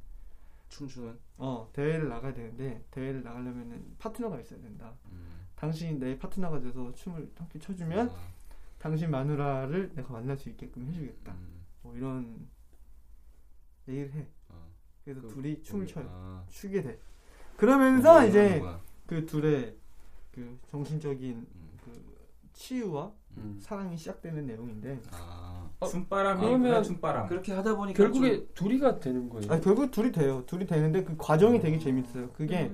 춤추는? 어, 대회를 나가야 되는데 대회를 나가려면은 파트너가 있어야 된다. 당신이 내 파트너가 돼서 춤을 함께 음. 춰주면 당신 마누라를 내가 만날 수 있게끔 해주겠다. 음. 뭐 이런 얘기를 해. 어. 그래서 둘이 춤을 춰요. 추게 돼. 그러면서 그걸 하는 이제 어. 아. 뭐 거야. 그 둘의 그 정신적인 음, 그 치유와 사랑이 시작되는 내용인데. 아. 어, 춤바람이 그러면 결국에 둘이가 되는 거예요. 음. 아 결국 둘이 돼요. 둘이 되는데 그 과정이 되게 재밌어요. 그게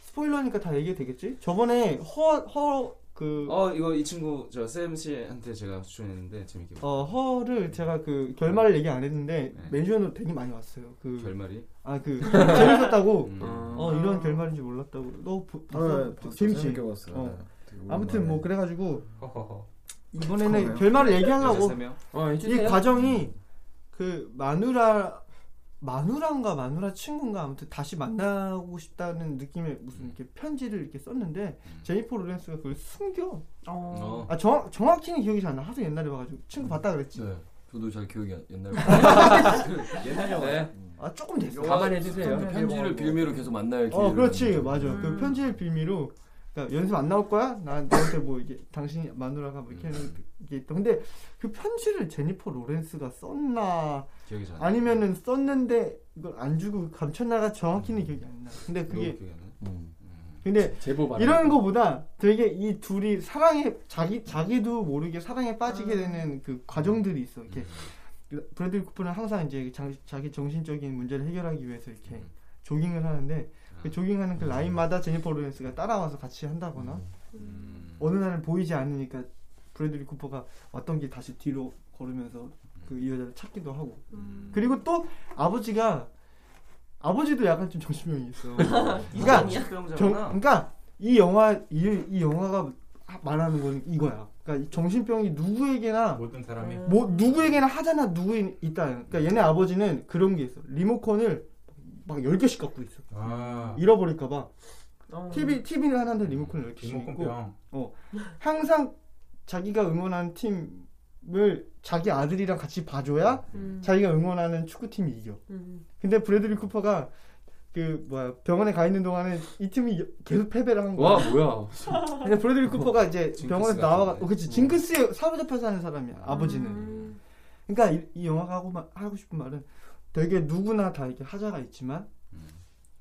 스포일러니까 다 얘기 되겠지? 저번에 허허그 어 이거 이 친구 저 쌤 씨한테 제가 추천했는데 재밌게 봤어요. 어, 허를 제가 그 결말을 얘기 안 했는데 멘션으로 되게 많이 왔어요. 그 결말이? (laughs) 아그 재밌었다고. 음. 어 이런 결말인지 몰랐다고. 너 보- 봤어? 네, 봤어요. 재밌지. 재밌게 봤어요. 어. 네. 되게 오랜만에. 아무튼 뭐 그래가지고 그래요? 이번에는 결말을 얘기하려고 여자 세 명? 어, 이 해주세요. 과정이 그 마누라 마누라인가 마누라 친구인가 아무튼 다시 만나고 싶다는 느낌의 무슨 이렇게 편지를 이렇게 썼는데 제니퍼 로렌스가 그걸 숨겨. 어. 아 정, 정확히는 기억이 잘 안 나. 하도 옛날에 봐가지고 친구 봤다 그랬지. 네. 네. 저도 잘 기억이 안 (laughs) 옛날 옛날 영화. 아 조금 됐어. 가만히 네, 해주세요. 편지를 뭐 빌미로 계속 만날 기회. 어, 그렇지, 맞아. 그 편지를 빌미로 그러니까 연습 안 나올 거야? 난 너한테 뭐 이게 당신 마누라가 뭐 이렇게 하는 게 있다. 근데 그 편지를 제니퍼 로렌스가 썼나? 기억이 잘안 나. 아니면은 썼는데 이걸 안 주고 그 감췄나가 정확히는 기억이 안 나. 근데 그게 근데 제보 받은 이런 거보다 되게 이 둘이 사랑에 자기 자기도 모르게 사랑에 빠지게 되는 그 과정들이 있어. 이렇게 음. 브래들리 쿠퍼는 항상 이제 자, 자기 정신적인 문제를 해결하기 위해서 이렇게 음. 조깅을 하는데 아. 그 조깅하는 그 라인마다 제니퍼 로렌스가 따라와서 같이 한다거나 음. 음, 음. 어느 날은 보이지 않으니까 브래들리 쿠퍼가 왔던 길 다시 뒤로 걸으면서 그 이 여자를 찾기도 하고 음. 음. 그리고 또 아버지가 아버지도 약간 좀 정신병이 있어. 그러니까 정신병자구나. 정, 네. 그러니까 이 영화 이, 이 영화가 말하는 건 이거야. 그러니까 이 정신병이 아. 누구에게나 모든 사람이 뭐 누구에게나 하잖아 누구 있다. 그러니까 얘네 아버지는 그런 게 있어. 리모컨을 막 10개씩 갖고 있어. 아, 잃어버릴까 봐. TV TV는 하나인데 리모컨을 10개씩 리모컨 있고. 병. 어. 항상 자기가 응원하는 팀을 자기 아들이랑 같이 봐줘야 음. 자기가 응원하는 축구팀이 이겨. 근데 브래들리 쿠퍼가 그 뭐야 병원에 가 있는 동안에 이 팀이 여- 계속 패배를 한 거야. 와 뭐야 근데 브래들리 쿠퍼가 이제 징크스 병원에서 같은 나와, 거네. 어, 그치 징크스에 사로잡혀 사는 사람이야 아버지는. 음. 그러니까 이, 이 영화가 하고 마- 하고 싶은 말은 되게 누구나 다 이렇게 하자가 있지만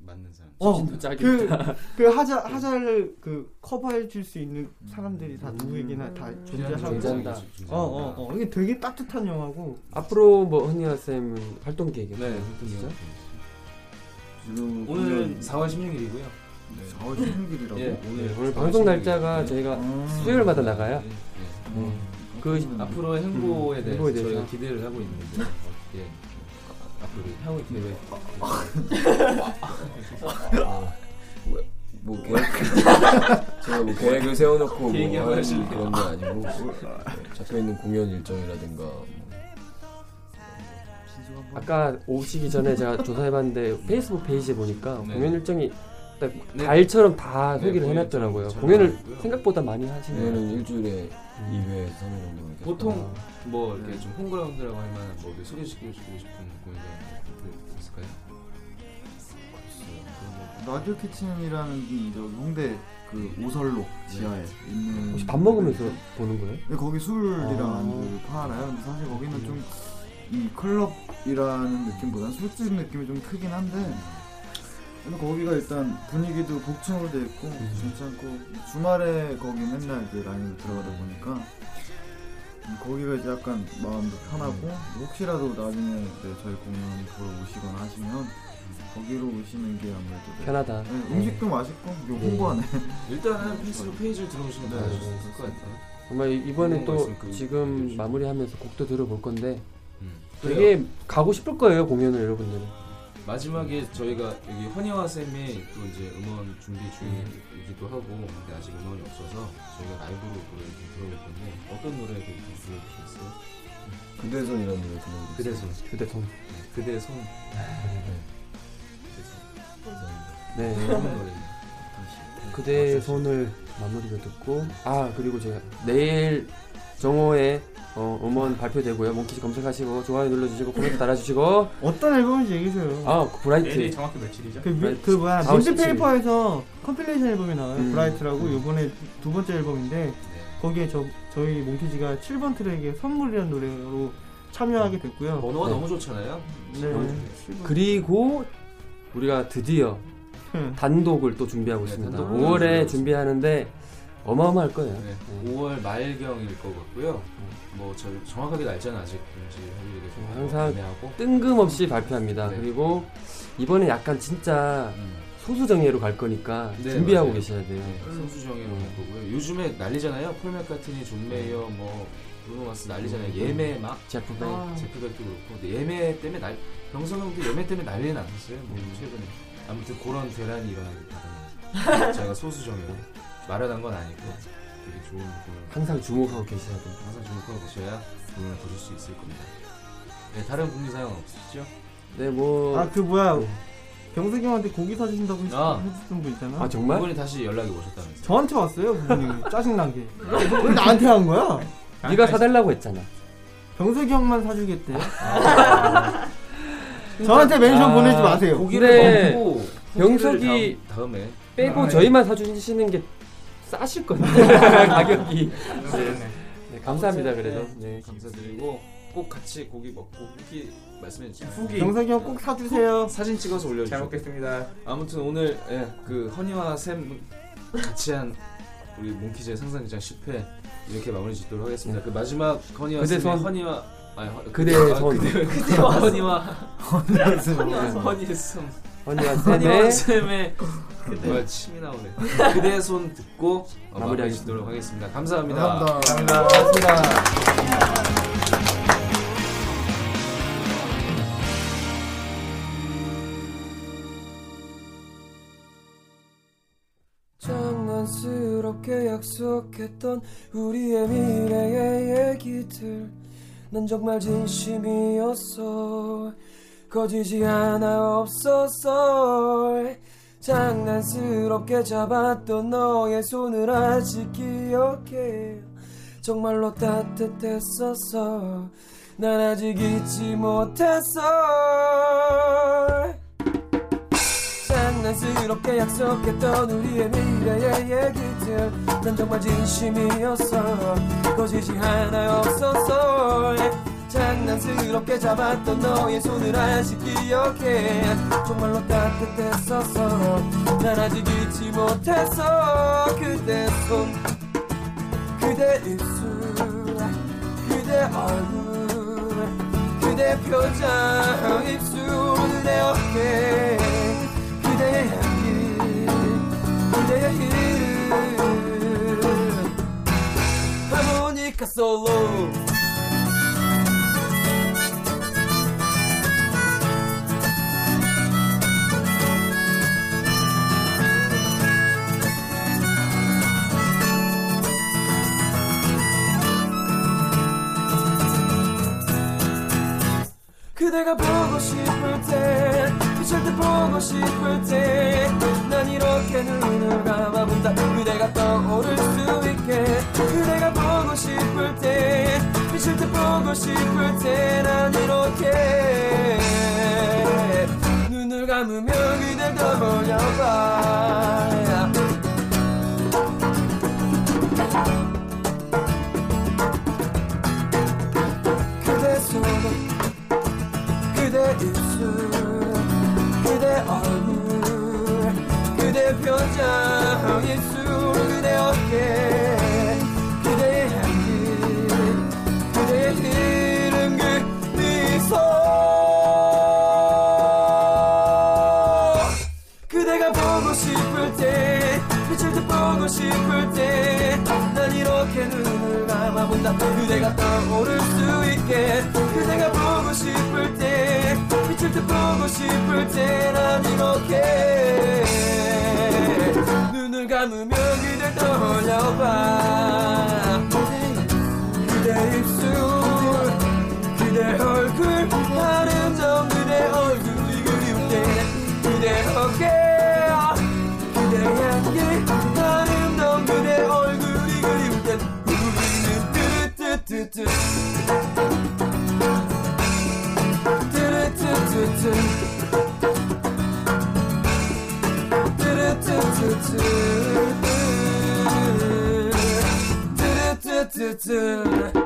맞는 사람. 어, 진짜 짜게 그, 그 하자, 하자를 그 커버해 줄 수 있는 사람들이 다 음. 누구에게나 다 음. 존재하고. 존재한다. 어, 어, 어. 이게 되게 따뜻한 영화고. 앞으로 뭐 허니아 쌤은 활동 계획이 네, 진짜? 오늘은 지금 오늘 네, 4월 16일이고요. 4월 16일이라고? 예, 오늘 음. 오늘 네. 방송 날짜가 저희가 수요일마다 나가요. 그 앞으로의 행보에 대해서 행보에 대해서. 저희가 기대를 하고 있는데 어떻게 아, 앞으로 향후 기대가 뭐 계획 (laughs) 제가 뭐 계획을 세워놓고 뭐 계획이 하는 하실래요? 그런 건 아니고 뭐 잡혀 있는 공연 일정이라든가 뭐 아까 오시기 전에 제가 (laughs) 조사해봤는데 페이스북 페이지에 보니까 네. 공연 일정이 딱 네. 달처럼 다 네, 소개를 공연 해놨더라고요. 일정이 공연을 있고요. 생각보다 많이 하시네요. 음. 공연은 일주일에 2회, 3회 정도 이렇게 보통 아. 뭐 이렇게 좀 홈그라운드라고 할 만한 뭐 이렇게 소개시켜주고 싶은 공연들 있을까요? 라디오 키친이라는 이 저기 홍대 그 오설로 지하에 있는 혹시 밥 먹으면서 보는 거예요? 근데 네, 거기 술이랑 아. 안주를 팔아요. 근데 사실 거기는 좀 이 클럽이라는 느낌보다는 술집 느낌이 좀 크긴 한데 근데 거기가 일단 분위기도 복층으로 돼 있고 음. 괜찮고 주말에 거기 맨날 그 라인으로 들어가다 보니까 거기가 이제 약간 마음도 편하고 뭐 혹시라도 나중에 이제 저희 공연 보러 오시거나 하시면 거기로 오시는 게 아무래도 네. 편하다. 네, 음식도 맛있고 이거 네. 홍보하네. 일단은 페이스북 페이지를 들어오시면 다 네. 아실 것 같아요. 정말 이- 이번에 궁금한 또 말씀 그- 지금 해주시죠. 마무리하면서 곡도 들어볼 건데 음. 되게 가고 싶을 거예요 공연을 여러분들은. 마지막에 저희가 여기 허니와 쌤이 또 이제 음원 준비 중이기도 하고 근데 아직 음원이 없어서 저희가 라이브로 노래를 좀 들어볼 건데 어떤 노래를 좀 불러주시겠어요? 그대손이라는 노래 들어보고 그대 손 휴대폰. 네, 그대 손 그대 손 네. 그런 노래 (laughs) 그대의 손을 마무리로 듣고 아 그리고 제가 내일 정호의 어, 음원 발표되고요 몽키즈 검색하시고 좋아요 눌러주시고 코멘트 달아주시고 어떤 앨범인지 얘기해줘요. 아 내일이 브라이트 정확히 며칠이죠? 그, 미, 브라이트. 그 뭐야, 다음 시즌. 민트페이퍼에서 컴필레이션 앨범이 나와요. 음. 브라이트라고 음. 요번에 두 번째 앨범인데 거기에 저, 저희 몽키지가 7번 트랙에 선물이라는 노래로 참여하게 됐고요. 번호가 네. 너무 좋잖아요 네. 그리고 우리가 드디어 음. 단독을 또 준비하고 네, 있습니다 단독 5월에 준비하고 준비하는데 어마어마할 거예요 네, 네. 5월 말경일 것 같고요 뭐 저, 정확하게 날짜는 아직 공지해드리게 좀 항상 애매하고 뜬금없이 발표합니다 네. 그리고 이번에 약간 진짜 음. 소수정예로 갈 거니까 네, 준비하고 맞아요. 계셔야 돼요 네, 선수정예로 할 거고요 요즘에 난리잖아요 폴 맥카트니, 존 메이어 뭐 브루노 마스 난리잖아요 음. 예매 막 네, 제프 베이 아. 제프백도 그렇고 근데 예매 때문에 날 병선형도 예매 때문에 난리 났었어요. 뭐 음. 최근에 아무튼 그런 대란이 일어나고 (laughs) 있다는 제가 소수정이고 마련한 건 아니고 되게 좋은 공연 항상 주목하고 계셔야 돼요 항상 좋은 공연 보셔야 공연을 보실 수 있을 겁니다. 네 다른 공유 사항 없으시죠? 네뭐 아, 그 뭐야, 네. 병석이 형한테 고기 사주신다고 아. 해주신 분 있잖아. 아 정말? 이번에 다시 연락이 오셨다면서? 저한테 왔어요, 부모님이. (laughs) 짜증나게. 왜 나한테 한 거야? 네가 사달라고 했잖아 병석이 형만 사주겠대. 아, 저한테 멘션 아, 보내지 마세요. 고기를 근데 먹고 네. 병석이- 고기를 다음- 다음에 빼고 아, 저희만 사주시는 게 싸실 (laughs) 건데 가격이 그러네. 네, 감사합니다 아무튼, 그래도 네, 감사드리고 꼭 같이 고기 먹고 후기 말씀해 주세요. 후기 병석이 형 꼭 사주세요. 사진 찍어서 잘 올려주세요. 먹겠습니다. 아무튼 오늘 예, 그 허니와 샘 같이 한 우리 몽키즈의 상상극장 10회 이렇게 마무리 짓도록 하겠습니다. 그 마지막 허니와 그대 샘의 손. 허니와 아니 허, 그대의 아, 손. (laughs) 그대의 허니와 허니의 숨 허니와 허니와 쌤의 샘의 뭐야 침이 나오네. 그대의 손 듣고 어, 네. 마무리 마무리하겠습니다. 짓도록 하겠습니다. 감사합니다. 감사합니다. 장난스럽게 약속했던 우리의 미래의 얘기들 난 정말 진심이었어 거짓이 하나 없었어 장난스럽게 잡았던 너의 손을 아직 기억해 정말로 따뜻했었어 난 아직 잊지 못했어 장난스럽게 약속했던 우리의 미래의 얘기들 난 정말 진심이었어 거짓이 하나 없었어 장난스럽게 잡았던 너의 손을 아직 기억해 정말로 따뜻했었어 난 아직 잊지 못했어 그대 손 그대 입술 그대 얼굴 그대 표정 입술 그대 어깨 그대의 향기 그대의 이름 하모니카 솔로 그대가 보고 싶을 때 비칠 때 보고 싶을 때 난 이렇게 눈을 감아본다 그대가 떠오를 수 있게 그대가 보고 싶을 때 비칠 때 보고 싶을 때 난 이렇게 눈을 감으며 그댈 떠올려봐 그대 속에 그대 입술 그대 얼굴 그대 표정 입술 그대 어깨 그대의 향기 그대의 이름 그 미소 그대가 보고 싶을 때 비칠 때 보고 싶을 때 난 이렇게 눈을 감아본다 그대가 떠오를 수 있게 그대가 보고 싶을 때 비칠 때 보고 싶을 때 난 이렇게 눈을 감으며 그댈 떠올려봐 그대 입술 그대 얼굴 아름다운 그대 얼굴이 그리운데 그대 어깨 그대 향기 아름다운 그대 얼굴이 그리울 땐 우리는 뚜루뚜뚜뚜 뚜루뚜뚜뚜 뚜루뚜뚜뚜 뚜루뚜뚜뚜